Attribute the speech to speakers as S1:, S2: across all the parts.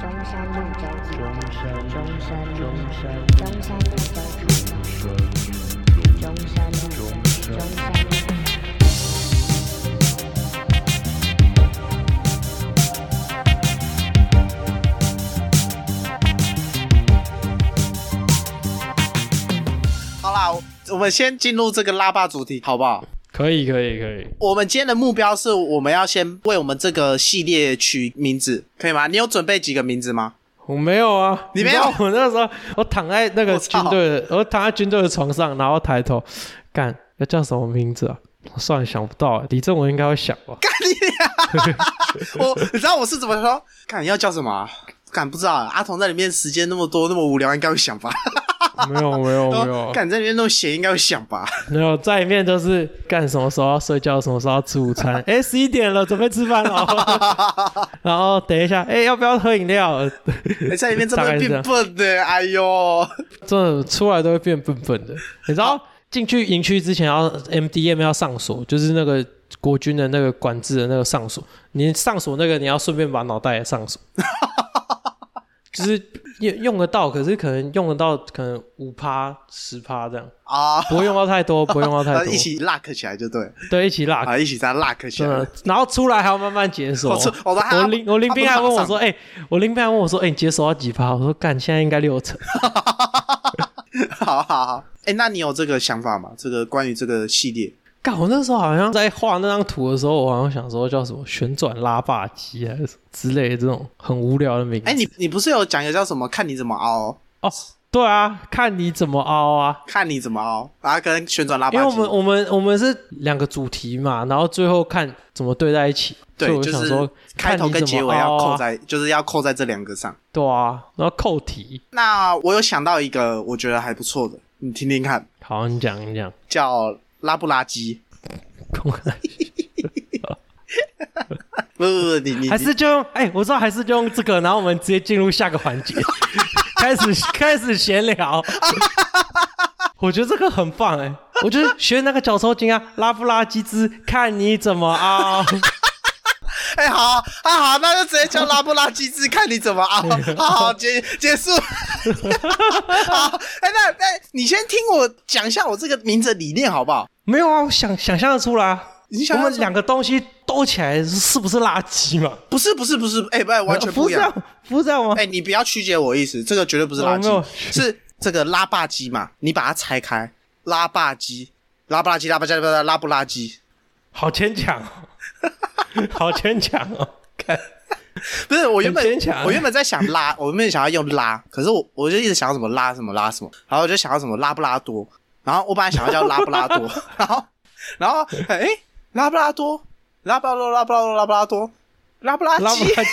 S1: 中山路中
S2: 中山路
S1: 中山路
S2: 中山路
S1: 中山路中中山路中山路。
S3: 好啦，我我们先进入这个拉霸主题，好不好？
S2: 可以可以可以，
S3: 我们今天的目标是，我们要先为我们这个系列取名字，可以吗？你有准备几个名 字吗？
S2: 我没有啊，
S3: 你没有
S2: 知道我那时候我躺在那
S3: 我
S2: 个
S3: 操
S2: 军队的，我躺在军队的床上，然后抬头，干要叫什么名字啊？算了，想不到，啊李正文应该会想吧。
S3: 我哦你知道我是怎么说？看要叫什么、啊？敢不知道、啊，阿童在里面时间那么多，那么无聊，应该会想吧？
S2: 没有没有没 有，
S3: 敢在里面那么闲，应该会想 吧？
S2: 没有在里面就是干什么时候要睡觉，什么时候要吃午 餐。哎，十一点了，准备吃饭了。 然后等一下，哎，要不要喝饮料？呃
S3: 你在里面真
S2: 大
S3: 的
S2: 概是这
S3: 变
S2: 样
S3: 笨的、哎呦，
S2: 真的出来都会变笨笨的。你知道进去营区之前要 MDM 要上锁，就是那个国军的那个管制的那个上锁。你上锁那个，你要顺便把脑袋也上 锁，就是用用得到，可是可能用得到可能五趴十趴这样，
S3: 啊！
S2: 不会用到太多，不会用到太多
S3: 一，起 lock 起来就对，
S2: 对，一起拉
S3: 啊，一起再 lock 起
S2: 真
S3: 来
S2: 的。，然后出来还要慢慢解锁。
S3: 我出我都还
S2: 我林我林斌还问我说：“
S3: 他
S2: 哎、我林斌还问我说：‘哎、你解锁到几趴？’我说：‘干，现在应该六成。
S3: 好好好，哎、那你有这个想法吗？这个关于这个系列，’
S2: 干，我那时候好像在画那张图的时候，我好像想说叫什么旋转拉霸机还是什么之类的这种很无聊的名字。
S3: 哎、你你不是有讲一个叫什么？看你怎么凹，
S2: 哦，对啊，看你怎么凹啊。
S3: 看你怎么凹啊，跟旋转拉
S2: 因
S3: 八
S2: 为我
S3: 机
S2: 们我们我们是两个主题嘛，然后最后看怎么对在一起。
S3: 对
S2: 所以我
S3: 就
S2: 想
S3: 是
S2: 说，
S3: 开头跟
S2: 看你
S3: 结
S2: 怎么
S3: 尾要
S2: 凹啊
S3: 扣在，就是要扣在这两个上。
S2: 对啊，然后扣题。
S3: 那我有想到一个我觉得还不错的，你听听看，
S2: 好，你讲你 讲。
S3: 叫拉布拉基。不不不，你你
S2: 还是就用哎、我知道还是就用这个，然后我们直接进入下个环 节，开始开始闲聊。我觉得这个很棒哎、我就是学那个脚抽筋啊，拉夫拉几只，看你怎么啊 凹。
S3: 哎、好啊啊好，那就直接叫拉布拉基制，看你怎么凹。好好结结束。 好，哎、那那你先听我讲一下我这个名字的理念好不好？
S2: 没有啊，我想想象得出来啊。
S3: 你想
S2: 我
S3: 象
S2: 们两个东西兜起来是不是垃圾嘛？
S3: 不是不是不是，哎、不完全不
S2: 不
S3: 一
S2: 是这啊
S3: 样。
S2: 样，不是这样吗？
S3: 哎、你不要曲解我意思，这个绝对不是垃
S2: 哦没有
S3: 圾，是这个拉霸机嘛？你把它拆开，拉霸机，拉不拉机，拉不拉拉拉不拉机，
S2: 好牵强、哦， 好牵强哦！看，
S3: 不是我原本
S2: 很牵强
S3: 我原本在想拉，我原本想要用拉，可是我我就一直想要什么拉什么拉什么，然后我就想要什么拉布拉多，然后我本来想要叫拉布拉多， 然后然后哎、拉布拉多，拉布拉多，拉布拉多，拉布拉多，拉布拉
S2: 拉
S3: 基
S2: 夫，拉几，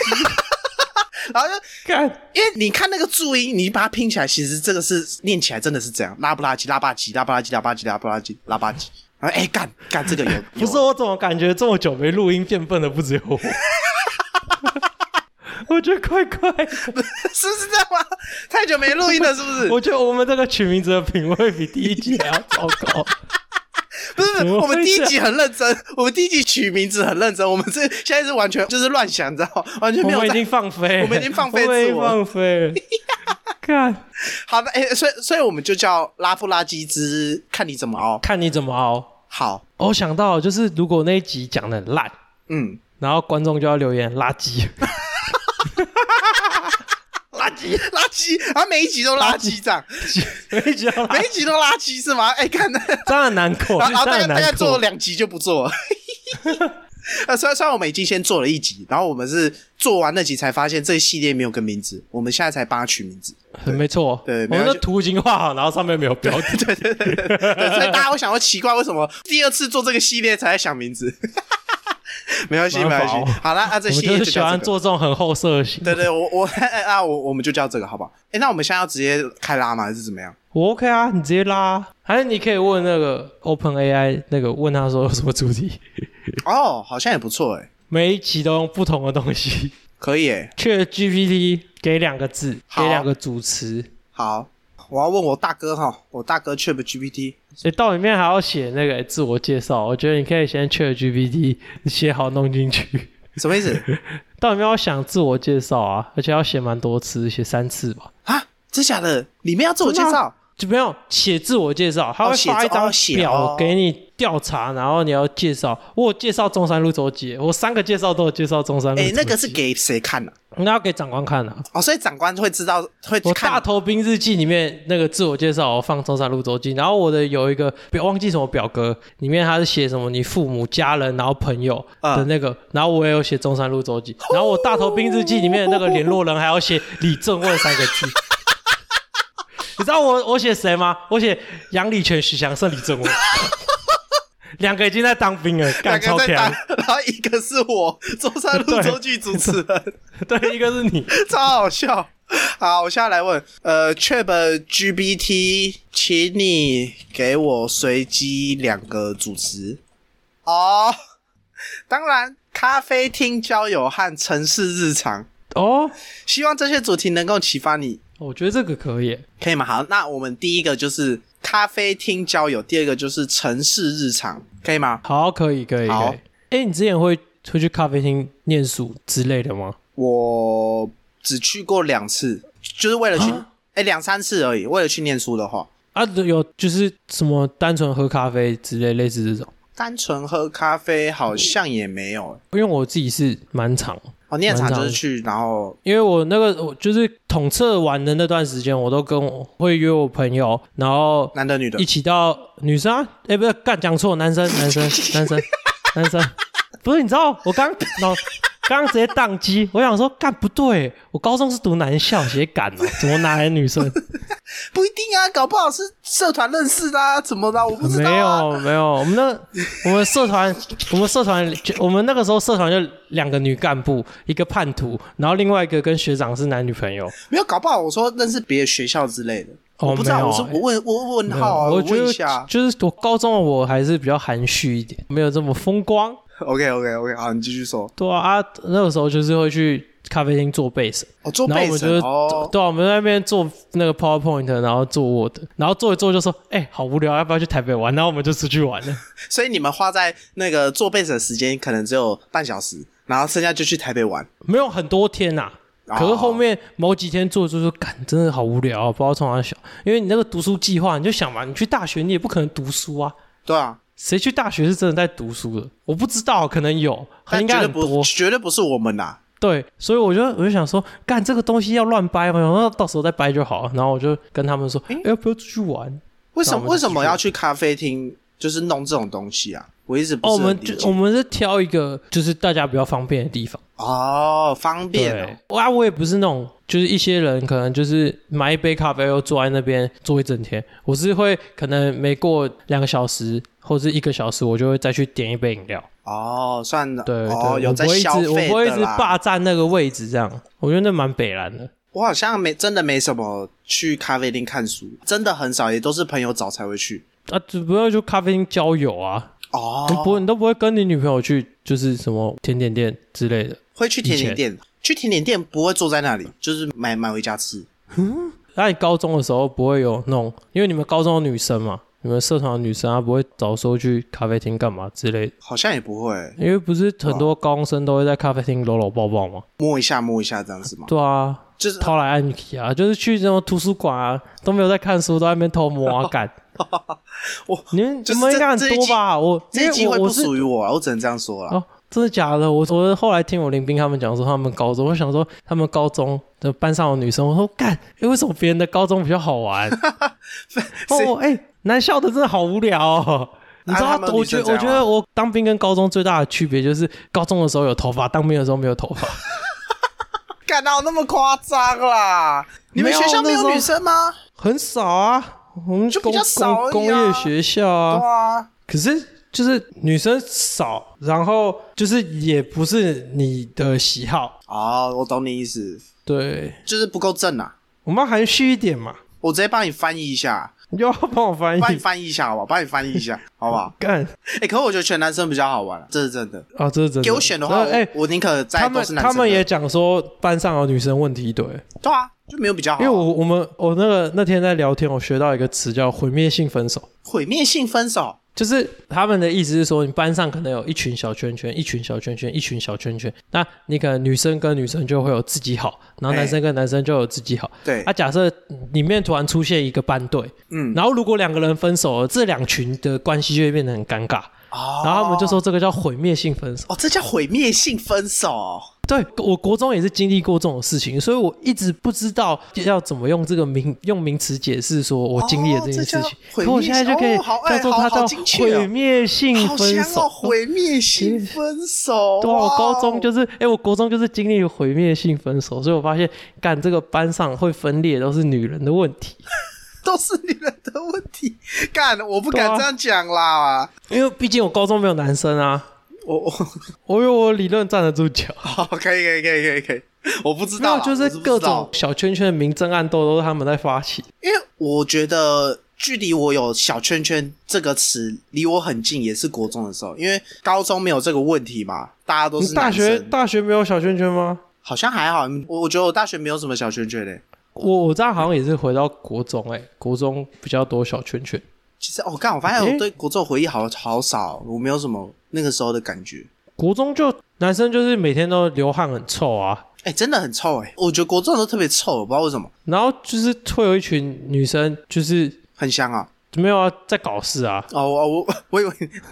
S3: 然后就
S2: 看
S3: 因为你看那个注音，你把它拼起来，其实这个是念起来真的是这样，拉不拉几拉吧唧，拉不拉几拉吧唧，拉不拉几拉吧 唧。然后哎干干这个有有
S2: 不是我怎么感觉这么久没录音变笨的不只有我？ 我觉得怪怪的，
S3: 是不是这样吗？太久没录音了，是不是？
S2: 我觉得我们这个取名字的品味比第一集还要糟糕。
S3: 不是，
S2: 怎么会
S3: 我们第一集很认真，我们第一集取名字很认真，我们这现在是完全就是乱想，你知道吗？完全
S2: 我
S3: 没有
S2: 们已
S3: 在
S2: 经放飞了，
S3: 我们已经放飞
S2: 我们已经
S3: 自我
S2: 放飞了。 看，
S3: 好的哎，所以所以我们就叫拉布拉基之，看你怎么凹。
S2: 看你怎么熬。
S3: 好，
S2: 哦我想到，就是如果那一集讲的烂，
S3: 嗯，
S2: 然后观众就要留言垃圾，
S3: 垃圾垃圾，然啊后每一集都垃 圾这样，
S2: 每一集要 垃
S3: 每
S2: 圾，
S3: 一集都垃圾是吗？哎干。
S2: 真的难过，
S3: 然后然后大
S2: 真的
S3: 概大概
S2: 难
S3: 做了
S2: 过。
S3: 两集就不做了。 呃，虽然虽然我们已经先做了一集，然后我们是做完那集才发现这个系列没有个名字，我们现在才帮它取名字。
S2: 嗯没错，
S3: 对
S2: 我
S3: 没
S2: 们
S3: 关系
S2: 的图形画好，然后上面没有标 题。
S3: 对对对对，对所以大家会想说奇怪，为什么第二次做这个系列才在想名字？ 没关系，没
S2: 麻
S3: 关
S2: 烦
S3: 系
S2: 哦。
S3: 好了，那这
S2: 我们
S3: 系
S2: 就
S3: 列
S2: 是
S3: 就
S2: 喜
S3: 叫
S2: 欢
S3: 这个。
S2: 做这种很后色的型。
S3: 对对，我 我啊，我我们就叫这个好不好？哎，那我们现在要直接开拉吗？还是怎么样？
S2: 我 OK 啊，你直接拉啊，还是你可以问那个 Open AI 那个问他说有什么主题，
S3: 哦，好像也不错哎，
S2: 每一期都用不同的东西。
S3: 可以哎。
S2: 确 GPT 给两个字，
S3: 好
S2: 给两个主词，
S3: 好，我要问我大哥哈，我大哥 Chat GPT，
S2: 诶，到里面还要写那个自我介绍。我觉得你可以先确 GPT 写好弄进去，
S3: 什么意思？
S2: 到里面要想自我介绍啊，而且要写蛮多次，写三次吧。
S3: 啊，真假的？里面要自我介
S2: 真的
S3: 绍
S2: 啊就没有写自我介绍，他会
S3: 写
S2: 发一张
S3: 哦写哦
S2: 表给你调查，然后你要介绍。我有介绍中山路周记，我三个介绍都有介绍中山路。
S3: 哎、那个是，给谁看的、
S2: 那要给长官看的、啊。
S3: 哦，所以长官会知道，会
S2: 我
S3: 看
S2: 大头兵日记里面那个自我介绍，我放中山路周记，然后我的有一个不要忘记什么表格，里面他是写什么你父母、家人，然后朋友
S3: 啊
S2: 的那个，然后我也有写中山路周记，然后我大头兵日记里面的那个联络人还要写李正问三个字。 你知道我我写谁吗？我写杨礼全、许祥胜、李正问，两个已经在当兵了，
S3: 两
S2: 干
S3: 个
S2: 超
S3: 在打
S2: 强。，
S3: 然后一个是我中山路
S2: 对
S3: 周记主 持人，
S2: 对，一个是你，
S3: 超好笑。好，我现在来问，呃，Chat GPT，请你给我随机两个主持。哦，当然，咖啡厅交友和城市日常，
S2: 哦，
S3: 希望这些主题能够启发你，
S2: 我觉得这个可以。
S3: 可以吗？好，那我们第一个就是咖啡厅交友，第二个就是城市日常，可以吗？
S2: 好，可以，可以，
S3: 好
S2: 可以。哎、你之前会会去咖啡厅念书之类的吗？
S3: 我只去过两次，就是为了去，哎，两、三次而已，为了去念书的话，
S2: 啊，有就是什么单纯喝咖啡之类，类似这种。
S3: 单纯喝咖啡好像也没有、欸。
S2: 因为我自己是蛮长，
S3: 哦，念场
S2: 蛮
S3: 就
S2: 长
S3: 是
S2: 的
S3: 去，然后
S2: 因为我那个我就是统测完的那段时间，我都跟我会约我朋友，然后
S3: 男的女的
S2: 一，起到女生、啊，哎、不是，干讲错，男生， 男生，男生，男生，不是，你知道我刚脑刚刚直接宕机，我想说干不对，我高中是读男校，写敢哦，怎么哪来女生？
S3: 不一定啊，搞不好是社团认识的、啊，怎么的啊、我不知道、
S2: 没
S3: 啊。
S2: 有没有，我们那我们社团，我们社团，就我们那个时候社团就两个女干部，一个叛徒，然后另外一个跟学长是男女朋友。
S3: 没有，搞不好我说认识别的学校之类的，
S2: 哦
S3: 我不知道，
S2: 没有
S3: 我是
S2: 欸
S3: 我问我问号
S2: 嗯
S3: 啊，
S2: 没有我觉
S3: 问
S2: 得
S3: 一下。
S2: 就是我高中的我还是比较含蓄一点，没有这么风光。
S3: OK OK OK，好，你继续说。
S2: 对啊，啊那个时候就是会去咖啡厅做背审，
S3: 哦，做
S2: 然后我
S3: 背
S2: 们就
S3: 审
S2: 是、
S3: 哦，
S2: 对啊，我们在那边做那个 PowerPoint，然后做 Word，然后做一做就说，哎、好无聊，要不要去台北玩？然后我们就出去玩了。
S3: 所以你们花在那个做背审的时间可能只有半小时，然后剩下就去台北玩。
S2: 没有很多天呐、
S3: 哦
S2: 可是后面某几天做做做，干真的好无聊、啊，不知道从哪想。因为你那个读书计划，你就想嘛，你去大学你也不可能读书啊，
S3: 对啊，
S2: 谁去大学是真的在读书的？我不知道，可能 有，很
S3: 但
S2: 应
S3: 绝
S2: 该
S3: 对
S2: 很
S3: 不
S2: 多。
S3: 绝对不是我们呐、
S2: 对，所以我就我就想说，干这个东西要乱掰嘛，然后到时候再掰就好了。然后我就跟他们说，哎、要不要出去玩？
S3: 为什
S2: 那我
S3: 么
S2: 们
S3: 为什么
S2: 继续
S3: 要去咖啡厅？就是弄这种东西啊，我一直不
S2: 哦，
S3: 是
S2: 我
S3: 很
S2: 们
S3: 理
S2: 就我
S3: 解。
S2: 们是挑一个就是大家比较方便的地方。
S3: 哦，方便哦、
S2: 对，哇，我也不是那种，就是一些人可能就是买一杯咖啡，又坐在那边坐一整天。我是会可能没过两个小时或是一个小时，我就会再去点一杯饮料。
S3: 哦，算了，
S2: 对，
S3: 哦，
S2: 对
S3: 有
S2: 我
S3: 在
S2: 不会一
S3: 消
S2: 直，我
S3: 费
S2: 不会一
S3: 的
S2: 直
S3: 啦。
S2: 霸占那个位置，这样我觉得那蛮北蓝的。
S3: 我好像没真的没什么去咖啡厅看书，真的很少，也都是朋友找才会去。
S2: 啊，只不过就咖啡厅交友啊，
S3: 哦，
S2: 你不你都不会跟你女朋友去，就是什么甜点店之类的。
S3: 会去甜
S2: 以
S3: 点
S2: 前
S3: 店，去甜点店不会坐在那里，就是买买回家吃。
S2: 那你高中的时候不会有那种，因为你们高中的女生嘛，你们社团的女生啊，不会早说去咖啡厅干嘛之类的。
S3: 好像也不会
S2: 因为不是很多高中生都会在咖啡厅搂搂抱抱吗？
S3: 摸一下摸一下这样子嘛，
S2: 对啊，
S3: 就是
S2: 偷来暗去啊，就是去那种图书馆啊，都没有在看书，都在那边偷摸 啊干。
S3: 我
S2: 你们
S3: 就是
S2: 你们应该
S3: 这
S2: 很多吧？我
S3: 这一集
S2: 因
S3: 会
S2: 为我我
S3: 不
S2: 是
S3: 属于我啊，我只能这样说了。
S2: 哦，真的假的？我我后来听我林斌他们讲说他们高中，我想说他们高中的班上的女生，我说干，哎为什么别人的高中比较好 玩？哦，哎、男校的真的好无聊、哦。你知
S3: 啊
S2: 道
S3: 他们，
S2: 我
S3: 女
S2: 觉
S3: 生
S2: 得我
S3: 怎
S2: 觉
S3: 样啊
S2: 得我当兵跟高中最大的区别就是，高中的时候有头发，当兵的时候没有头 发。
S3: 干到那么夸张啦？你们
S2: 没有
S3: 学校没
S2: 那时
S3: 有
S2: 候
S3: 女生吗？
S2: 很少啊，我们
S3: 就比
S2: 工
S3: 较少而
S2: 工工
S3: 已啊
S2: 业学校
S3: 对
S2: 啊，
S3: 啊，
S2: 可是就是女生少，然后就是也不是你的喜好，
S3: 哦，我懂你意思，
S2: 对
S3: 就是不够正啊。
S2: 我们要含蓄一点嘛，
S3: 我直接帮你翻译 一下，
S2: 你就要帮我翻
S3: 帮你
S2: 译
S3: 翻译一下好不好？帮你翻译一下好 不好？
S2: 干
S3: 哎、可我觉得全男生比较好玩、啊，这是真的。
S2: 啊，这是真的。
S3: 给我选的话，
S2: 真哎、
S3: 我我宁可在
S2: 他
S3: 都
S2: 们
S3: 是男生的
S2: 他们也讲说班上有女生问题对，
S3: 对啊，就没有比较好啊、
S2: 因为我我们我那个那天在聊天，我学到一个词叫毁灭性分手。
S3: 毁灭性分手，
S2: 就是他们的意思是说，你班上可能有一群小圈圈，一群小圈圈，一群小圈圈。那你可能女生跟女生就会有自己好，然后男生跟男生就有自己好。
S3: 对
S2: 啊，假设里面突然出现一个班队，
S3: 嗯
S2: 然后如果两个人分手了，这两群的关系就会变得很尴尬。
S3: 哦
S2: 然后他们就说这个叫毁灭性分手。
S3: 哦，这叫毁灭性分手。
S2: 对我国中也是经历过这种事情，所以我一直不知道要怎么用这个名用名词解释说我经历了这件事情。
S3: 哦这叫
S2: 可我现在就可以
S3: 毁灭性哦好哎
S2: 叫做它
S3: 好好
S2: 叫
S3: 精确哦
S2: 毁灭性
S3: 好
S2: 分
S3: 香
S2: 手。
S3: 哦！毁灭性分手。
S2: 对啊，我
S3: 哇哦
S2: 高中就是，哎、我国中就是经历毁灭性分手，所以我发现，干这个班上会分裂都是女人的问题，
S3: 都是女人的问题。干，我不
S2: 对
S3: 敢
S2: 啊
S3: 这样讲啦。
S2: 因为毕竟我高中没有男生啊，
S3: 我我。
S2: 我有我理论站得住脚
S3: 好，可以可以可以可以可以，我不知
S2: 没
S3: 道
S2: 有，
S3: 啦，
S2: 就是
S3: 我不知
S2: 各
S3: 道
S2: 种小圈圈的明争暗斗都是他们在发起。
S3: 因为我觉得距离我有“小圈圈”这个词离我很近，也是国中的时候，因为高中没有这个问题嘛，大家都
S2: 你
S3: 是
S2: 大
S3: 男
S2: 学
S3: 生，
S2: 大学没有小圈圈吗？
S3: 好像还好。我我觉得我大学没有什么小圈圈嘞、
S2: 我我这样好像也是回到国中、哎，国中比较多小圈圈。
S3: 其实哦，干，我发现
S2: 诶
S3: 我对国中的回忆好好少，我没有什么那个时候的感觉。
S2: 国中就男生就是每天都流汗很臭啊，
S3: 哎、真的很臭哎、我觉得国中的时候特别臭，我不知道为什么，
S2: 然后就是会有一群女生就是
S3: 很香啊。
S2: 没有啊在搞事啊，
S3: 哦，我我我以为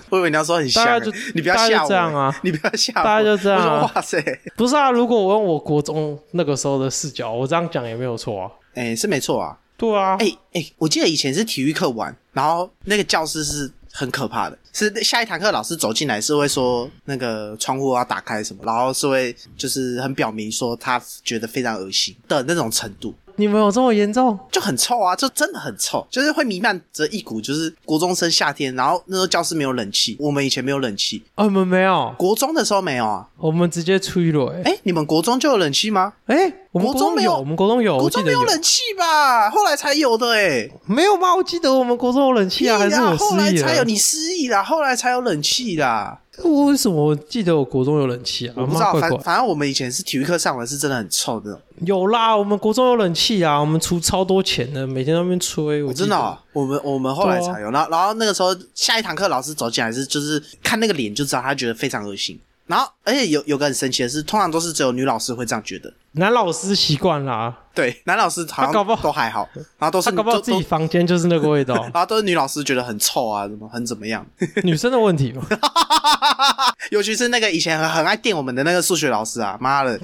S3: 我以为你要说很香、
S2: 大
S3: 欸
S2: 家就，
S3: 你不要
S2: 大家就
S3: 吓我、欸
S2: 这样啊
S3: 你不要吓我，
S2: 大家就这样啊
S3: 我说哇塞，
S2: 不是啊，如果我用我国中那个时候的视角，我这样讲也没有错啊。
S3: 哎、是没错啊。
S2: 对啊，
S3: 哎、哎、我记得以前是体育课玩，然后那个教室是很可怕的，是下一堂课老师走进来是会说那个窗户要打开什么，然后是会就是很表明说他觉得非常恶心的那种程度。
S2: 你们有这么严重？
S3: 就很臭啊，就真的很臭，就是会弥漫着一股就是国中生夏天，然后那时候教室没有冷气，我们以前没有冷气，
S2: 哦，我们没有，
S3: 国中的时候没有啊。
S2: 我们直接吹了、欸。
S3: 哎、你们国中就有冷气吗？
S2: 哎、我们
S3: 国中没有
S2: 有，我们国中有，
S3: 国
S2: 哦我记
S3: 中
S2: 得
S3: 没有冷气吧？后来才有的哎、
S2: 没有吗？我记得我们国中有冷气啊，还是我
S3: 后来
S2: 失忆
S3: 才有
S2: 了？
S3: 你失忆啦，后来才有冷气啦。
S2: 我为什么我记得我国中有冷气啊？
S3: 我不知道，
S2: 妈怪
S3: 反
S2: 怪
S3: 反正我们以前是体育课上完是真的很臭的那种。
S2: 有啦，我们国中有冷气啊，我们出超多钱的，每天在那边吹。我
S3: 我
S2: 记得啊
S3: 真的哦、我们我们后来才有，然后然后那个时候下一堂课老师走进来是就是看那个脸就知道他觉得非常恶心。然后而且有有个很神奇的是，通常都是只有女老师会这样觉得，
S2: 男老师习惯啦，
S3: 对，男老师好
S2: 他搞不
S3: 像
S2: 好
S3: 都还好，然后都
S2: 他
S3: 是
S2: 搞不好
S3: 都
S2: 自己
S3: 都。，
S2: 房间就是那个味道
S3: 然后都是女老师觉得很臭啊，怎么很怎么样？
S2: 女生的问题嘛。
S3: 尤其是那个以前很很爱电我们的那个数学老师啊，妈的，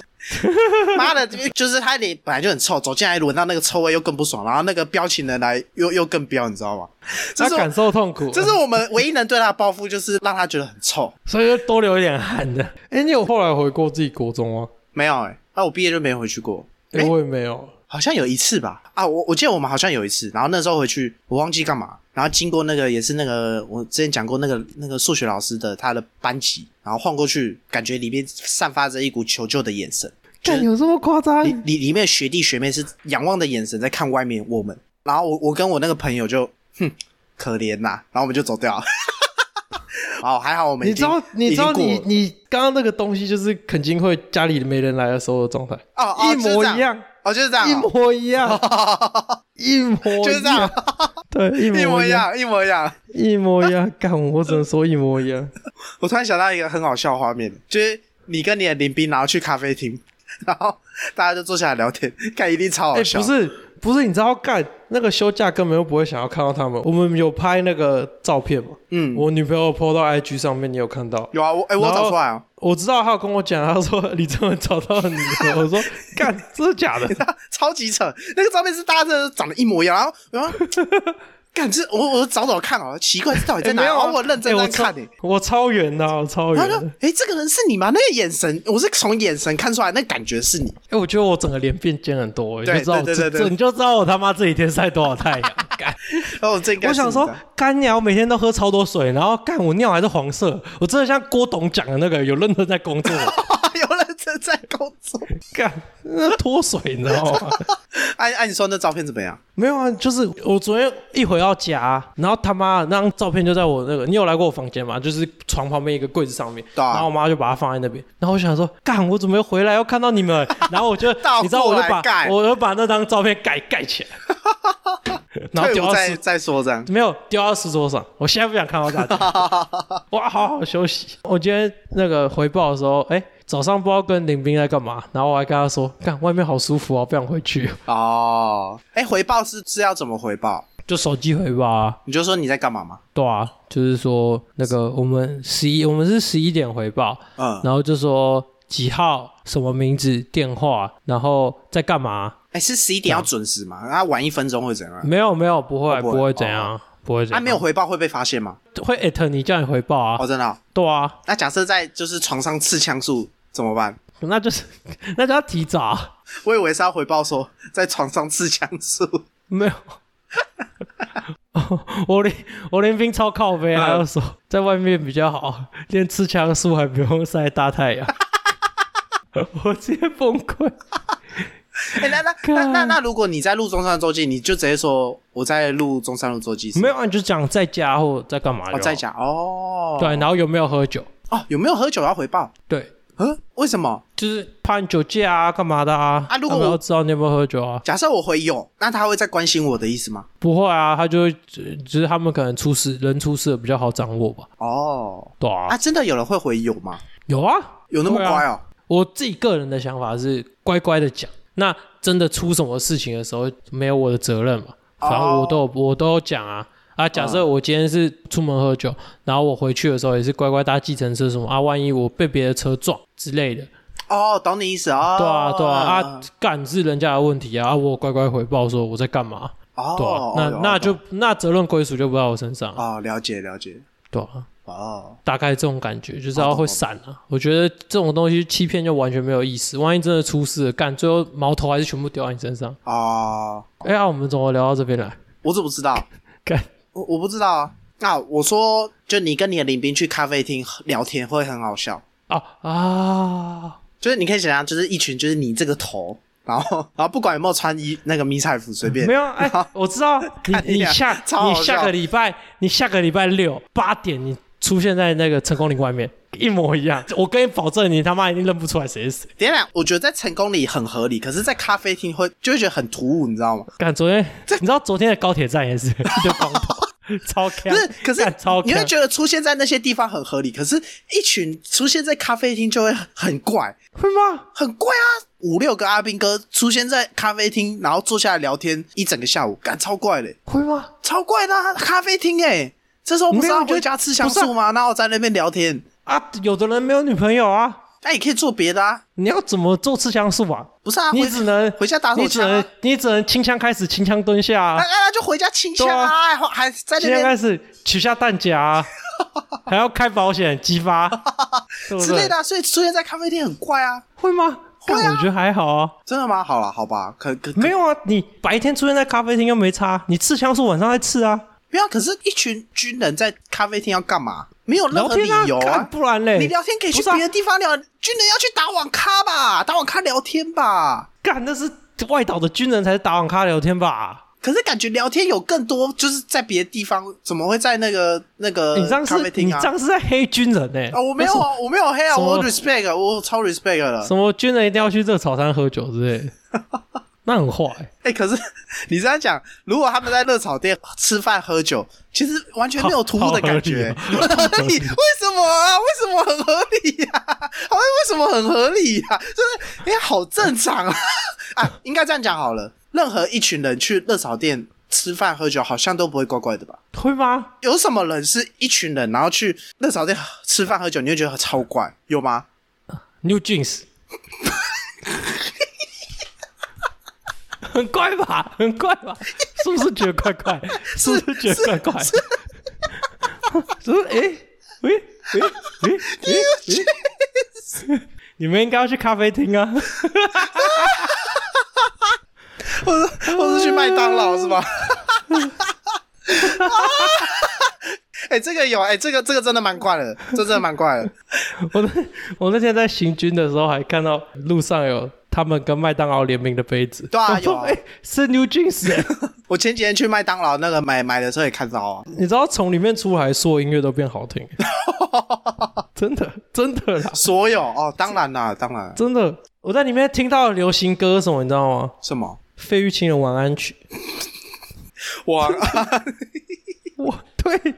S3: 妈的，就是他脸本来就很臭，走进来闻到那个臭味又更不爽，然后那个标情人来又又更标，你知道吗？ 这
S2: 他
S3: 是
S2: 感
S3: 我
S2: 受痛苦，
S3: 这是我们唯一能对他的报复，就是让他觉得很臭。
S2: 所以就多流一点汗的。哎、你有后来回过自己国中吗？
S3: 没有哎、啊，我毕业就没回去过，
S2: 哎、
S3: 诶
S2: 我也没有。
S3: 好像有一次吧。啊，我我记得我们好像有一次，然后那时候回去，我忘记干嘛，然后经过那个也是那个我之前讲过那个那个数学老师的他的班级，然后晃过去，感觉里面散发着一股求救的眼神，
S2: 干有这么夸张
S3: 里里里面学弟学妹是仰望的眼神在看外面我们，然后我我跟我那个朋友就哼可怜呐、然后我们就走掉 了。哦，还好我们已
S2: 你知
S3: 经
S2: 道，你知道
S3: 已经过
S2: 你
S3: 了
S2: 你刚刚那个东西就是肯定会家里没人来的时候的状态，
S3: 哦哦
S2: 一模一样，
S3: 哦就是这样
S2: 一
S3: 哦，
S2: 模一样，一模 一样
S3: 就是这样，
S2: 对，一
S3: 一模
S2: 模
S3: 一，样，一模一样。
S2: 一模一样。干，我只能说一模一样。
S3: 我突然想到一个很好笑的画面，就是你跟你的林斌，然后去咖啡厅， 然后大家就坐下来聊天，看一定超
S2: 哎
S3: 好，笑。
S2: 不是不是，你知道干那个休假根本又不会想要看到他们。我们有拍那个照片嘛？
S3: 嗯
S2: 我女朋友 PO 到 IG 上面，你有看到？
S3: 有啊，我哎、我
S2: 然后
S3: 找出来哦，
S2: 我知道，他有跟我讲，他说李正文找到了你， 我说干，真的假的？
S3: 超级扯，那个照片是大家真的长得一模一样，然后然后。 干这我我找找看哦，奇怪这到底在
S2: 欸
S3: 哪？
S2: 没有
S3: 然
S2: 啊
S3: 后我认 真
S2: 欸
S3: 在
S2: 我
S3: 看
S2: 超
S3: 诶、
S2: 我超远的啊，我超
S3: 然
S2: 远
S3: 后
S2: 的
S3: 就。哎、这个人是你吗？那个眼神，我是从眼神看出来，那感觉是你。
S2: 哎，我觉得我整个脸变尖很多，你就
S3: 对
S2: 知道我
S3: 对
S2: 这，
S3: 对对对
S2: 这你就知道我他妈这几天晒多少太阳。干
S3: 然后这应该
S2: 我
S3: 是
S2: 想
S3: 你
S2: 说
S3: 的，
S2: 干娘，我每天都喝超多水，然后干我尿还是黄色，我真的像郭董讲的那个，有认真在工 作，
S3: 有认真在工作。
S2: 干 那脱水，你知道吗？
S3: 按哎按你说那照片怎么样？
S2: 没有啊，就是我昨天一回到家，然后他妈那张照片就在我那个，你有来过我房间吗？就是床旁边一个柜子上面，
S3: 对啊
S2: 然后我妈就把它放在那边，然后我想说，干，我怎么又回来又看到你 们？然后我就
S3: 倒过来
S2: 你知道，我就把
S3: 盖
S2: 我就把那张照片盖盖起来，然后
S3: 退
S2: 丢
S3: 伍
S2: 到
S3: 再
S2: 石
S3: 再说这样。
S2: 没有丢到石桌上。我现在不想看到大家， 我要好好休息。我今天那个回报的时候，哎，早上不知道跟林斌在干嘛，然后我还跟他说，看外面好舒服哦，不想回 去，
S3: 哦，哎，回报是是要怎么回报？
S2: 就手机回吧、啊。
S3: 你就说你在干嘛吗？
S2: 对啊，就是说那个我们十一，我们是十一点回报，
S3: 嗯，
S2: 然后就说几号、什么名字、电话，然后在干嘛？
S3: 哎，是十一点要准时吗？啊，晚一分钟会怎样？
S2: 没有没有，不会
S3: 哦不
S2: 不
S3: 会
S2: 会怎样，不会怎
S3: 啊，
S2: 样。
S3: 没有回报会被发现吗？
S2: 会艾特你叫你回报啊
S3: 哦，，真的哦。
S2: 对啊，
S3: 那假设在就是床上刺枪术怎么办？
S2: 那就是 那就要提早啊，
S3: 我以为是要回报说在床上刺枪术。
S2: 没有。 我连我连兵超靠背，啊
S3: 嗯
S2: 还要说在外面比较好，练吃枪术还不用晒大太 阳，我直接崩溃。
S3: 哎、那那那那那，如果你在录中山周记，你就直接说我在录中山路周记。
S2: 没有，啊，你就讲在家或在干嘛就好
S3: 哦，在家哦。
S2: 对，然后有没有喝酒？
S3: 哦，有没有喝酒要回报？
S2: 对，
S3: 嗯，为什么？
S2: 就是怕你酒驾啊，干嘛的啊？
S3: 啊如
S2: 他
S3: 果
S2: 们
S3: 我
S2: 要知道你有没有喝酒啊，
S3: 假设我回有，那他会在关心我的意思吗？
S2: 不会啊，他就会只只是他们可能出事，人出事了比较好掌握吧。
S3: 哦，
S2: 对啊，
S3: 啊，真的有人会回有吗？
S2: 有啊，
S3: 有那么
S2: 对啊
S3: 乖哦？
S2: 我自己个人的想法是乖乖的讲，那真的出什么事情的时候，没有我的责任嘛，反正
S3: 哦嗯
S2: 我都有、我都有讲啊。啊，假设我今天是出门喝酒，然后我回去的时候也是乖乖搭计程车什么啊，万一我被别的车撞之类的，
S3: 哦，懂你意思哦。
S2: 对啊对啊啊
S3: 嗯，，
S2: 干是人家的问题啊，啊我乖乖回报说我在干嘛，
S3: 哦，
S2: 对啊，那
S3: 哦
S2: 那就那责任归属就不在我身上，啊
S3: 哦，了解了解。
S2: 对啊，
S3: 哦，
S2: 大概这种感觉，就是
S3: 哦
S2: 要
S3: 懂
S2: 会
S3: 懂
S2: 闪啊。我觉得这种东西欺骗就完全没有意思，万一真的出事了，干最后矛头还是全部丢在你身上。
S3: 哦，
S2: 哎呀，我们怎么聊到这边来？
S3: 我怎么知道？
S2: 干
S3: 我我不知道啊。啊，我说，就你跟你的林斌去咖啡厅聊天会很好笑，
S2: 啊啊！
S3: 就是你可以想象，就是一群就是你这个头，然后然后不管有没有穿衣那个迷彩服，随便
S2: 没有哎，我知 道
S3: 看
S2: 你
S3: 你
S2: 你
S3: 俩
S2: 下
S3: 超好
S2: 你下
S3: 笑
S2: 个礼拜你下个礼拜六八点你出现在那个成功岭外面，一模一样。我跟你保证，你他妈一定认不出来谁是谁。
S3: 等一下，我觉得在成功里很合理，可是，在咖啡厅会就会觉得很突兀，你知道吗？
S2: 干昨天你知道昨天的高铁站也是 一堆光头， 超强。
S3: 不是，可是
S2: 干超
S3: 你会
S2: 强
S3: 觉得出现在那些地方很合理，可是一群出现在咖啡厅就会很怪，
S2: 会吗？
S3: 很怪啊！五六个阿兵哥出现在咖啡厅，然后坐下来聊天一整个下午，干超怪的，
S2: 会吗？
S3: 超怪的啊、咖啡厅哎、这时候不
S2: 没
S3: 是
S2: 有
S3: 要
S2: 就
S3: 回家吃香
S2: 不是啊
S3: 素吗？然后在那边聊天，
S2: 啊，有的人没有女朋友啊，
S3: 那、也可以做别的啊，
S2: 你要怎么做刺枪术啊？
S3: 不是啊？
S2: 你
S3: 回
S2: 只能
S3: 回家打手
S2: 你只
S3: 枪、
S2: 能
S3: 啊。
S2: 你只能清枪开始，清枪蹲下
S3: 那
S2: 啊，
S3: 那、啊、就回家清枪
S2: 对
S3: 啊，还还在那
S2: 清枪
S3: 边
S2: 开始取下弹夹 啊，还要开保险激发，对不
S3: 之类
S2: 对
S3: 的？啊，所以出现在咖啡厅很怪啊。
S2: 会吗？
S3: 会啊
S2: 但我觉得还好啊，
S3: 真的吗？好了，好吧，可可可
S2: 没有啊，你白天出现在咖啡厅又没差，你刺枪术晚上再刺啊，
S3: 没有啊，可是一群军人在咖啡厅要干嘛？没有任
S2: 聊
S3: 何
S2: 天
S3: 理
S2: 啊，
S3: 由
S2: 干不然嘞，
S3: 你聊天可以去
S2: 不是啊
S3: 别的地方聊，军人要去打网咖吧，打网咖聊天吧。
S2: 干，那是外岛的军人才是打网咖聊天吧？
S3: 可是感觉聊天有更多，就是在别的地方，怎么会在那个那个
S2: 你这样是
S3: 咖啡
S2: 你
S3: 厅啊
S2: 这？样是在黑军人呢？
S3: 啊，我没有啊，我没有黑啊，
S2: 什么
S3: 我 respect，啊我超 respect 了。
S2: 什么军人一定要去热炒山喝酒之类的， 那很坏、
S3: 哎、可是你这样讲，如果他们在热炒店吃饭喝酒，其实完全没有突兀的感觉，
S2: 好
S3: 不 合理？为什么啊？为什么很合理呀、 好像为什么很合理呀、就是哎、好正常啊！ 啊，应该这样讲好了，任何一群人去热炒店吃饭喝酒，好像都不会怪怪的吧？
S2: 会吗？
S3: 有什么人是一群人，然后去热炒店吃饭喝酒，你会觉得超怪，有 吗？
S2: New Jeans，很怪吧？很怪吧？是不是觉得怪怪？是不是觉得怪怪？是不是？哎喂喂喂喂！你们应该要去咖啡厅啊！
S3: 我是我是去麦当劳是吧？ 哎、这个有哎、这个这个真的蛮怪的，这真的蛮怪的。
S2: 我那我那天在行军的时候还看到路上有他们跟麦当劳联名的杯子，
S3: 对啊
S2: 我说
S3: 有啊
S2: 哎、是 New Jeans，、欸、
S3: 我前几天去麦当劳那个买买的时候也看到啊，
S2: 你知道从里面出来，所有音乐都变好 听，真的真的啦，
S3: 所有哦，当然啦，当然
S2: 真的，我在里面听到流行歌什么，你知道吗？
S3: 什么？
S2: 费玉清的《晚安曲
S3: 晚安。
S2: 啊我对对，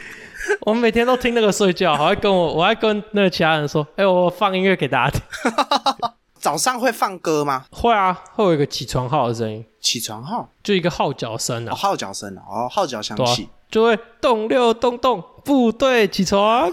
S2: 我每天都听那个睡觉，还会跟我，我还跟那个其他人说，哎、我放音乐给大家 听。
S3: 早上会放歌吗？
S2: 会啊，会有一个起床号的声音，
S3: 起床号，
S2: 就一个号角声
S3: 哦，
S2: 啊，
S3: 号角声哦，号角响
S2: 对啊
S3: 起。，
S2: 就会动六动动，部队起 床。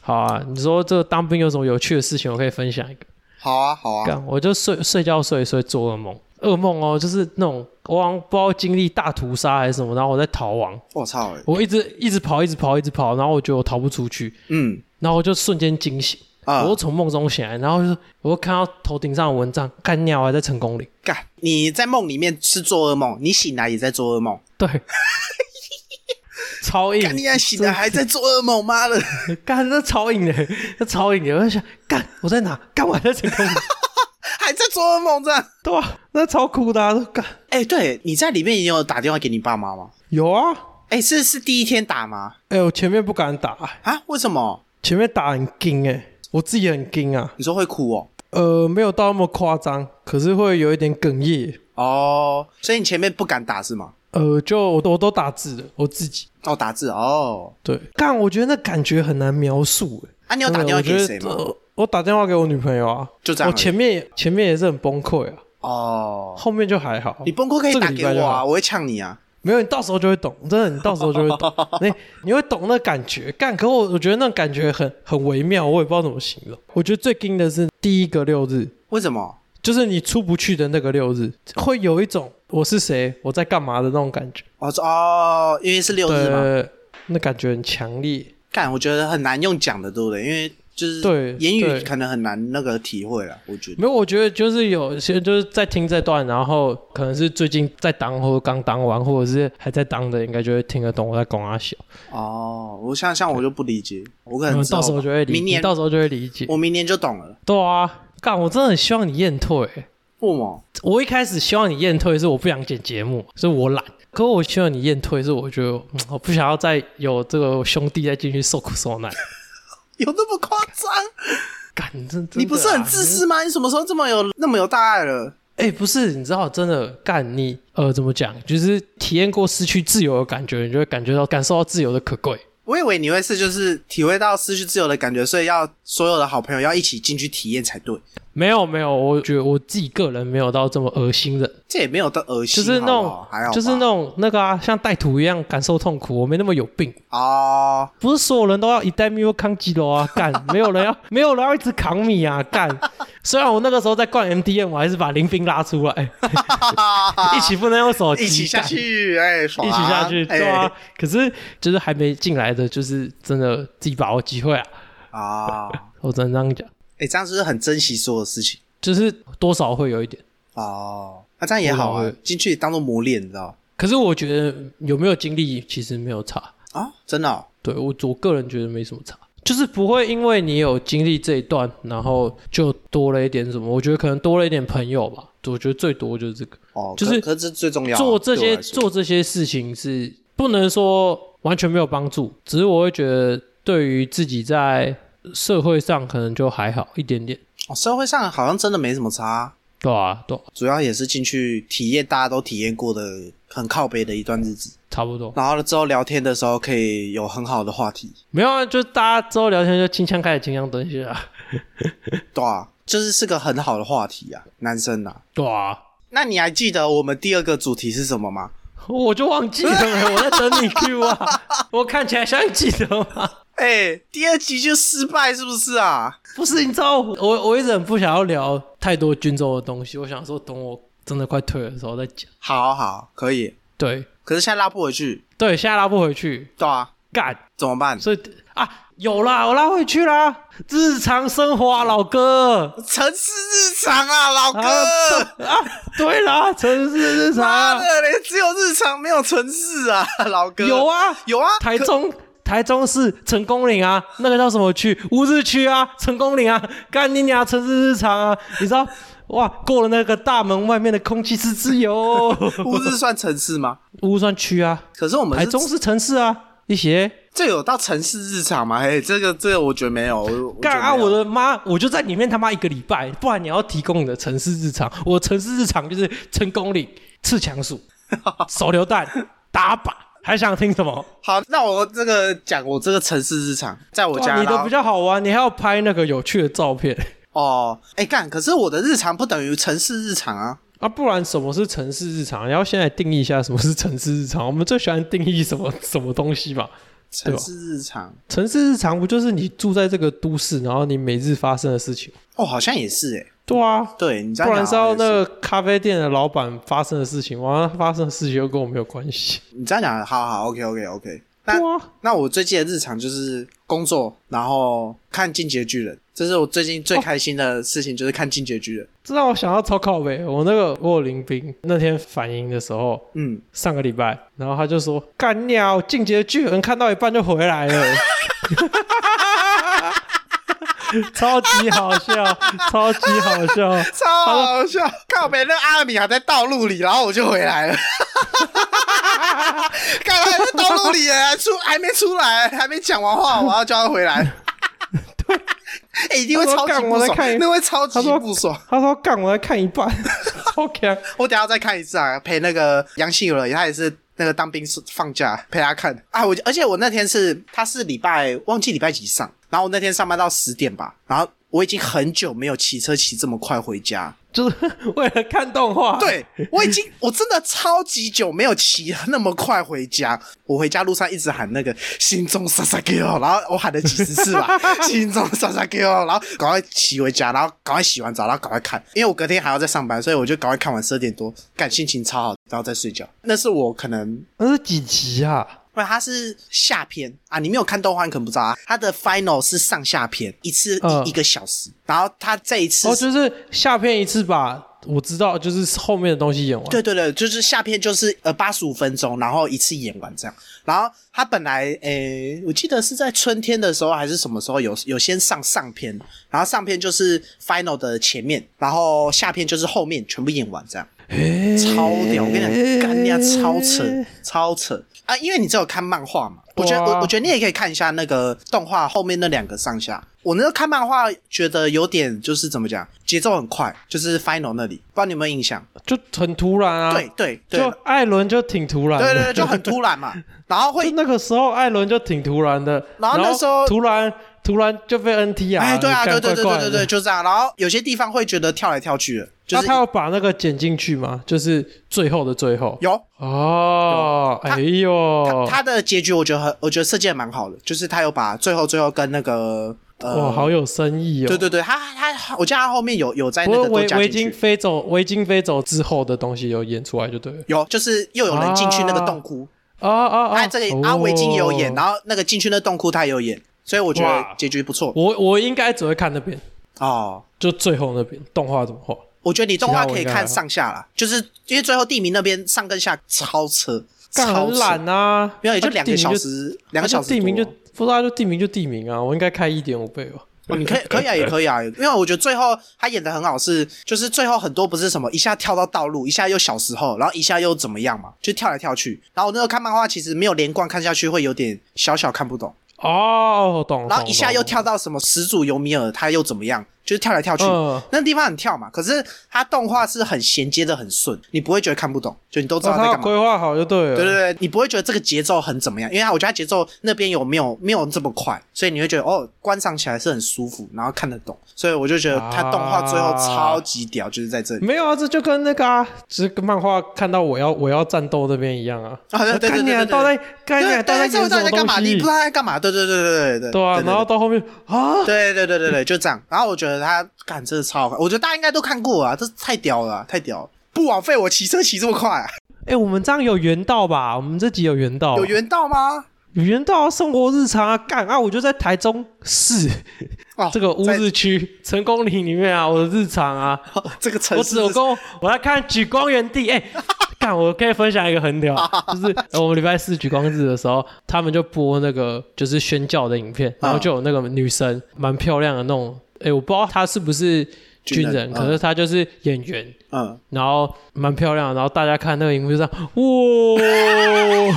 S2: 好啊，你说这当兵有什么有趣的事情？我可以分享一个。
S3: 好啊，好啊，
S2: 干，我就睡睡觉睡一睡做噩梦，噩梦哦，就是那种我好像不知道经历大屠杀还是什么，然后我在逃亡，
S3: 我操、欸，
S2: 我一直一直跑，一直跑，一直跑，然后我觉得我逃不出去，
S3: 嗯
S2: 然后我就瞬间惊醒，
S3: 啊
S2: 我，又从梦中醒来，然后就是我又看到头顶上的蚊帐，干鸟还在成功岭，
S3: 干，你在梦里面是做噩梦，你醒来也在做噩梦，
S2: 对，超硬，
S3: 干，你还醒来还在做噩梦，妈的！
S2: 干这超硬的，这超硬的，我在想，干我在哪？干我还在成 功岭，
S3: 还在做噩梦这样。
S2: 对啊？那超酷的、啊，干
S3: 哎、对，你在里面也有打电话给你爸妈吗？
S2: 有啊，
S3: 哎、是是第一天打吗？
S2: 哎、我前面不敢打、
S3: 啊，为什么？
S2: 前面打很惊哎、我自己也很惊啊，
S3: 你说会哭哦？
S2: 呃，没有到那么夸张，可是会有一点哽咽。
S3: 哦，所以你前面不敢打是吗？
S2: 呃，就我都我都打字的，我自己
S3: 哦，打字哦。
S2: 对。干，我觉得那感觉很难描述、欸。
S3: 啊，你有打
S2: 真的
S3: 电话
S2: 我
S3: 给
S2: 觉
S3: 谁
S2: 得
S3: 吗？
S2: 呃我打电话给我女朋友啊，
S3: 就这样而已
S2: 我前面也前面也是很崩溃啊，
S3: 哦，
S2: 后面就还好。
S3: 你崩溃可以
S2: 这个
S3: 打
S2: 礼
S3: 给
S2: 拜就
S3: 我啊，
S2: 好
S3: 我会呛你啊。
S2: 没有，你到时候就会懂，真的，你到时候就会 懂，你你会懂那感觉。干，可我我觉得那感觉很很微妙，我也不知道怎么形容。我觉得最惊的是第一个六日，
S3: 为什么？
S2: 就是你出不去的那个六日，会有一种我是谁，我在干嘛的那种感觉。
S3: 哦这哦，因为是六日嘛。
S2: 对，那感觉很强烈。
S3: 干，我觉得很难用讲的，对不对？因为就是
S2: 对
S3: 言语
S2: 对
S3: 可能很难那个体会了，我觉得。
S2: 没有，我觉得就是有些就是在听这段，然后可能是最近在当或刚当完，或者是还在当的，应该就会听得懂我在讲阿小。
S3: 哦，我像像我就不理解，我可
S2: 嗯
S3: 能
S2: 到时候就会理，
S3: 明年哦
S2: 你到时候就会理解。
S3: 我明年就懂了。
S2: 对啊，干，我真的很希望你验退、
S3: 不嘛，
S2: 我一开始希望你验退，是我不想剪节目，是我懒。可我希望你验退，是我觉得、嗯我不想要再有这个兄弟再进去受苦受难。
S3: 有那么夸张？
S2: 干，真真的啊
S3: 你不是很自私吗？你什么时候这么有那么有大爱了？
S2: 哎、不是，你知道，真的干你呃，怎么讲？就是体验过失去自由的感觉，你就会感觉到感受到自由的可贵。
S3: 我以为你会是就是体会到失去自由的感觉，所以要所有的好朋友要一起进去体验才对。
S2: 没有没有，我觉得我自己个人没有到这么恶心人，
S3: 这也没有的恶
S2: 就
S3: 心，
S2: 是那
S3: 好
S2: 种
S3: 不好还好吧，
S2: 就是那种那个啊，像带土一样感受痛苦。我没那么有病，
S3: 哦，
S2: 不是所有人都要一代米又扛几楼啊，干，没有人要没有人要一直扛米啊，干。虽然我那个时候在灌 MDM，我还是把林斌拉出 来，一起不能用手机，
S3: 一起下
S2: 干
S3: 去，哎，爽
S2: 一起下去，
S3: 哎
S2: 对啊。可是就是还没进来的，就是真的自己把握机会啊！
S3: 啊，
S2: 我只能这样讲，
S3: 哎，这样是不是很珍惜所有事情？
S2: 就是多少会有一点。
S3: 哦，那这样也好啊
S2: 对，
S3: 进去当做磨练，你知道吗
S2: 可是我觉得有没有经历其实没有差，
S3: 啊？真的哦，
S2: 对我我个人觉得没什么差，就是不会因为你有经历这一段，然后就多了一点什么。我觉得可能多了一点朋友吧，我觉得最多就是这个。
S3: 哦，
S2: 就
S3: 可
S2: 是
S3: 可是这最重要啊，
S2: 做这
S3: 对我
S2: 些
S3: 来说
S2: 做这些事情是不能说完全没有帮助，只是我会觉得对于自己在社会上可能就还好一点点，
S3: 哦社会上好像真的没什么差啊，
S2: 对啊，对啊
S3: 主要也是进去体验大家都体验过的很靠北的一段日子，
S2: 差不多。
S3: 然后之后聊天的时候可以有很好的话题，
S2: 没有啊，就大家之后聊天就清腔开始清腔蹲下啊，
S3: 对啊，就是是个很好的话题啊，男生啊。
S2: 对啊，
S3: 那你还记得我们第二个主题是什么吗？
S2: 我就忘记了，我在等你 Q 啊，我看起来像你记得吗？
S3: 哎、第二集就失败是不是啊？
S2: 不是，你知道我我一直很不想要聊太多军中的东西，我想说等我真的快退的时候再讲。
S3: 好好，可以。
S2: 对
S3: 可是现在拉不回去，
S2: 对，现在拉不回去，
S3: 对啊，
S2: 干。
S3: 怎么办？
S2: 所以啊，有啦，我拉回去啦。日常生活、啊，老哥
S3: 城市日常啊，老哥，
S2: 啊啊，对啦，城市日常、
S3: 妈
S2: 啊、
S3: 的嘞，只有日常没有城市啊， 老哥。
S2: 有，啊，
S3: 有啊，
S2: 台中。台中市成功岭啊，那个叫什么区？乌日区啊，成功岭啊，干你娘城市日常啊！你知道哇，过了那个大门外面的空气是自由 哦，
S3: 乌日算城市吗？
S2: 乌算区啊，
S3: 可是我们
S2: 台
S3: 是
S2: 中市城市啊，一些
S3: 这有到城市日常吗？嘿，这个这个我觉得没有，我我觉
S2: 干
S3: 得
S2: 啊！
S3: 没有
S2: 我的妈，我就在里面他妈一个礼拜，不然你要提供你的城市日常。我城市日常就是成功岭，刺强 鼠、手榴弹、打靶，还想听什么？
S3: 好，那我这个讲我这个城市日常，在我家
S2: 哇你
S3: 然
S2: 的
S3: 后
S2: 比较好玩，你还要拍那个有趣的照片
S3: 哦，哎干，可是我的日常不等于城市日常啊。
S2: 啊，不然什么是城市日常？你要先来定义一下什么是城市日常。我们最喜欢定义什么 什么东西吧？对
S3: 城
S2: 吧
S3: 市日常
S2: 城市日常不就是你住在这个都市，然后你每日发生的事情？
S3: 哦，好像也是哎、
S2: 对啊，
S3: 对你这样
S2: 不然
S3: 讲
S2: 是要
S3: 好像也
S2: 那
S3: 是
S2: 个咖啡店的老板发生的事情，完了发生的事情又跟我没有关系。
S3: 你这样讲，好好，OK OK OK。
S2: 对
S3: 那
S2: 啊，
S3: 那我最近的日常就是工作，然后看《进击的巨人》，这是我最近最开心的事情，就是看《进击的巨人》。
S2: 这让我想到超靠北。我那个我有林斌那天反应的时候，
S3: 嗯，
S2: 上个礼拜，然后他就说：“干鸟，进阶巨人看到一半就回来了。” 超级好笑，超级好笑。
S3: 超好笑！靠北那阿米还在道路里，然后我就回来 了。看他还在道路里耶，还出还没出来，还没讲完话，我要叫他回来。 对，一定会超级
S2: 他说干
S3: 不
S2: 我在
S3: 爽
S2: 看，
S3: 那会超级
S2: 他说
S3: 不爽。
S2: 他说：“干，我来看一半。” 啊超强，
S3: 我等一下再看一次啊，陪那个杨信友，他也是那个当兵是放假陪他看啊。我而且我那天是他是礼拜忘记礼拜几上，然后我那天上班到十点吧，然后我已经很久没有骑车骑这么快回家。
S2: 就是为了看动画。，
S3: 对我已经我真的超级久没有骑那么快回家，我回家路上一直喊那个心中沙沙给哦，然后我喊了几十次 吧，心中沙沙给哦，然后赶快骑回家，然后赶快洗完澡，然后赶快看，因为我隔天还要再上班，所以我就赶快看完十二点多，感心情超好，然后再睡觉。那是我可能。
S2: 那是几集啊？
S3: 不，它是下篇啊！你没有看动画，你可能不知道啊。它的 final 是上下篇，一次
S2: 嗯
S3: 一一个小时。然后它这一次
S2: 哦，就是下片一次把我知道，就是后面的东西演完。
S3: 对对对，就是下片就是呃八十五分钟，然后一次演完这样。然后他本来诶、我记得是在春天的时候还是什么时候有有先上上片，然后上片就是 final 的前面，然后下片就是后面全部演完这样，
S2: 诶，
S3: 超屌！我跟你讲，干你娘超扯
S2: 诶，
S3: 超扯啊！因为你只有看漫画嘛，我觉得
S2: 对啊
S3: 我我觉得你也可以看一下那个动画后面那两个上下。我那时候看漫画觉得有点就是怎么讲，节奏很快，就是 final 那里，不知道你有没有印象？
S2: 就很突然啊。
S3: 对，对对，
S2: 就艾伦就挺突然的。
S3: 对 对对，就很突然嘛。然后
S2: 就
S3: 会，
S2: 那个时候，艾伦就挺突然的，
S3: 然后那时候
S2: 突然突然就被 NT 啊，
S3: 哎，对啊，
S2: 干
S3: 对对对
S2: 怪
S3: 对
S2: 怪
S3: 对
S2: 的
S3: 对，就这样。然后有些地方会觉得跳来跳去的，就
S2: 那
S3: 是
S2: 他要把那个剪进去吗？就是最后的最后
S3: 有
S2: 哦，
S3: 有他
S2: 哎呦，
S3: 他的结局，我觉得很，我觉得设计的蛮好的，就是他有把最后最后跟那个
S2: 哇，
S3: 呃，
S2: 好有深意哦。
S3: 对对对，他他，我记得他后面有有在
S2: 不
S3: 那
S2: 过
S3: 个多
S2: 维
S3: 加
S2: 维
S3: 进
S2: 京
S3: 去，
S2: 飞走，维京飞走之后的东西有演出来就对了。
S3: 有就是又有人进去那个洞窟，
S2: 啊啊
S3: 他
S2: 啊！
S3: 这个阿维京也有演，
S2: 后
S3: 然后那个进去那洞窟他也有演，所以我觉得
S2: 哇
S3: 结局不错
S2: 我我应该只会看那边，
S3: 哦。
S2: 就最后那边动画怎么画。
S3: 我觉得你动画
S2: 其他我
S3: 可以
S2: 应该
S3: 看
S2: 还好
S3: 上下啦，就是因为最后地名那边上跟下超车，
S2: 干
S3: 超
S2: 很
S3: 扯
S2: 懒啊，
S3: 没有，也就
S2: 啊
S3: 两
S2: 地
S3: 个
S2: 名
S3: 小时，两个
S2: 啊就
S3: 小时多。
S2: 地名就不知道就地名就地名啊，我应该开一点五倍吧。
S3: 哦，你 可以可以啊，也可以啊，因为我觉得最后他演的很好是，就是最后很多不是什么一下跳到道路，一下又小时候，然后一下又怎么样嘛，就跳来跳去。然后我那时候看漫画，其实没有连贯看下去会有点小小看不懂，
S2: 哦，我懂。
S3: 然后一下
S2: 懂
S3: 又
S2: 懂
S3: 跳到什么始祖尤米尔他又怎么样，就是跳来跳去。
S2: 嗯
S3: 那地方很跳嘛，可是它动画是很衔接的很顺，你不会觉得看不懂，就你都知
S2: 哦，
S3: 道他
S2: 他
S3: 在
S2: 要
S3: 干嘛。
S2: 规划好就对了。
S3: 对对对，你不会觉得这个节奏很怎么样，因为我觉得它节奏那边有没有没有这么快，所以你会觉得哦，观赏起来是很舒服，然后看得懂，所以我就觉得它动画最后超级屌，就是在这里。
S2: 没有啊，这就跟那个啊，就是跟漫画看到我要我要战斗那边一样啊。
S3: 啊，对对对
S2: 干你啊
S3: 对
S2: 到
S3: 对，
S2: 底干你啊到底
S3: 对，
S2: 演
S3: 这
S2: 什
S3: 到底
S2: 么
S3: 在
S2: 东
S3: 干嘛？你不
S2: 西
S3: 知？道在干嘛？对对对对对对
S2: 对啊，然后。到后面啊，
S3: 对对对对对，就这样。然后我觉得他干真的超好看，我觉得大家应该都看过啊，这太屌了、太屌了！不枉费我骑车骑这么快、
S2: 哎，我们这样有缘到吧？我们这集有缘到，
S3: 有缘到吗？
S2: 有缘到啊生活日常啊，干啊！我就在台中市
S3: 哦，
S2: 这个乌日区成功岭里面啊，我的日常啊，
S3: 这个 城
S2: 我
S3: 市
S2: 只有跟我我在看举光原地， 哎、看我可以分享一个很屌，
S3: 啊
S2: 就是呃我们礼拜四举光日的时候，他们就播那个就是宣教的影
S3: 啊
S2: 片，然后就有那个女生蛮漂亮的那种，哎、我不知道她是不是军
S3: 军
S2: 人，
S3: 人嗯
S2: 可是她就是演员。
S3: 嗯，
S2: 然后蛮漂亮的，然后大家看那个荧幕就这样， 哇，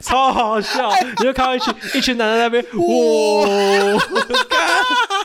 S2: 超好笑！
S3: 哎
S2: 你就看到一群一群男的在那边，哇，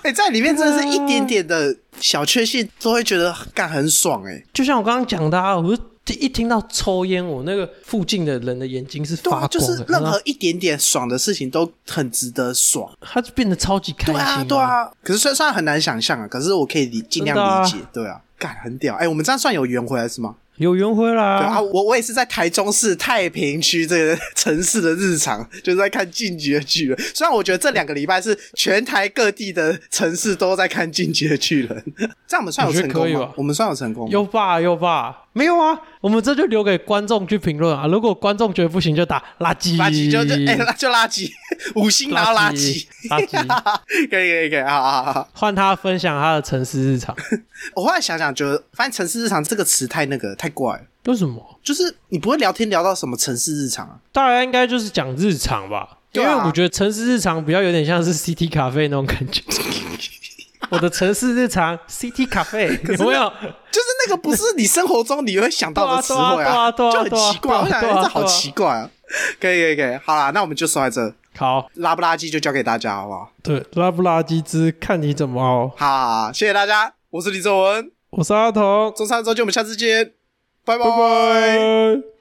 S3: 哎、在里面真的是一点点的小确幸都会觉得干很爽哎、
S2: 就像我刚刚讲的、啊，我就一听到抽烟，我那个附近的人的眼睛是
S3: 对
S2: 发
S3: 啊，
S2: 光的，
S3: 就是
S2: 然
S3: 任
S2: 后
S3: 何一点点爽的事情都很值得爽。
S2: 他就变得超级开
S3: 对
S2: 心、
S3: 啊，对，啊。可是虽虽然很难想象啊，可是我可以理尽量
S2: 真的啊
S3: 理解。对啊，干很屌。哎、我们这样算有缘回来是吗？
S2: 有缘回啦、
S3: 对啊，我我也是在台中市太平区这个城市的日常， 就是在看进击的巨人。虽然我觉得这两个礼拜是全台各地的城市都在看进击的巨人，这样我们算有
S2: 我觉
S3: 成
S2: 得
S3: 功
S2: 可以
S3: 吗
S2: 吧？
S3: 我们算有成功吗？
S2: 有吧有吧，没有啊，我们这就留给观众去评论啊。如果观众觉得不行，就打垃圾，
S3: 垃圾就就哎、就垃圾， 五星然后垃圾，
S2: 垃 圾，
S3: 可以可以可以，好好好好。
S2: 换他分享他的城市日常。
S3: 我后来想想，觉得发现“城市日常”这个词太那个太怪了，
S2: 为什么？
S3: 就是你不会聊天聊到什么城市日常啊。
S2: 大家应该就是讲日常吧，因
S3: 对啊
S2: 为我觉得城市日常比较有点像是 CT 咖啡那种感 觉。我的城市日常 CT 咖啡有没有？
S3: 就是那个不是你生活中你会想到的词汇
S2: 对啊对啊对啊
S3: 就很
S2: 对啊
S3: 奇怪。我
S2: 对啊
S3: 想哎
S2: 对啊
S3: 这好奇怪啊！可以可以可以，好啦，那我们就说在这，
S2: 好，
S3: 拉不拉圾就交给大家好不好？
S2: 对，拉不拉鸡之看你怎么熬。
S3: 好，谢谢大家，我是李正文，
S2: 我是阿童，
S3: 中山周记，我们下次见，拜
S2: 拜拜。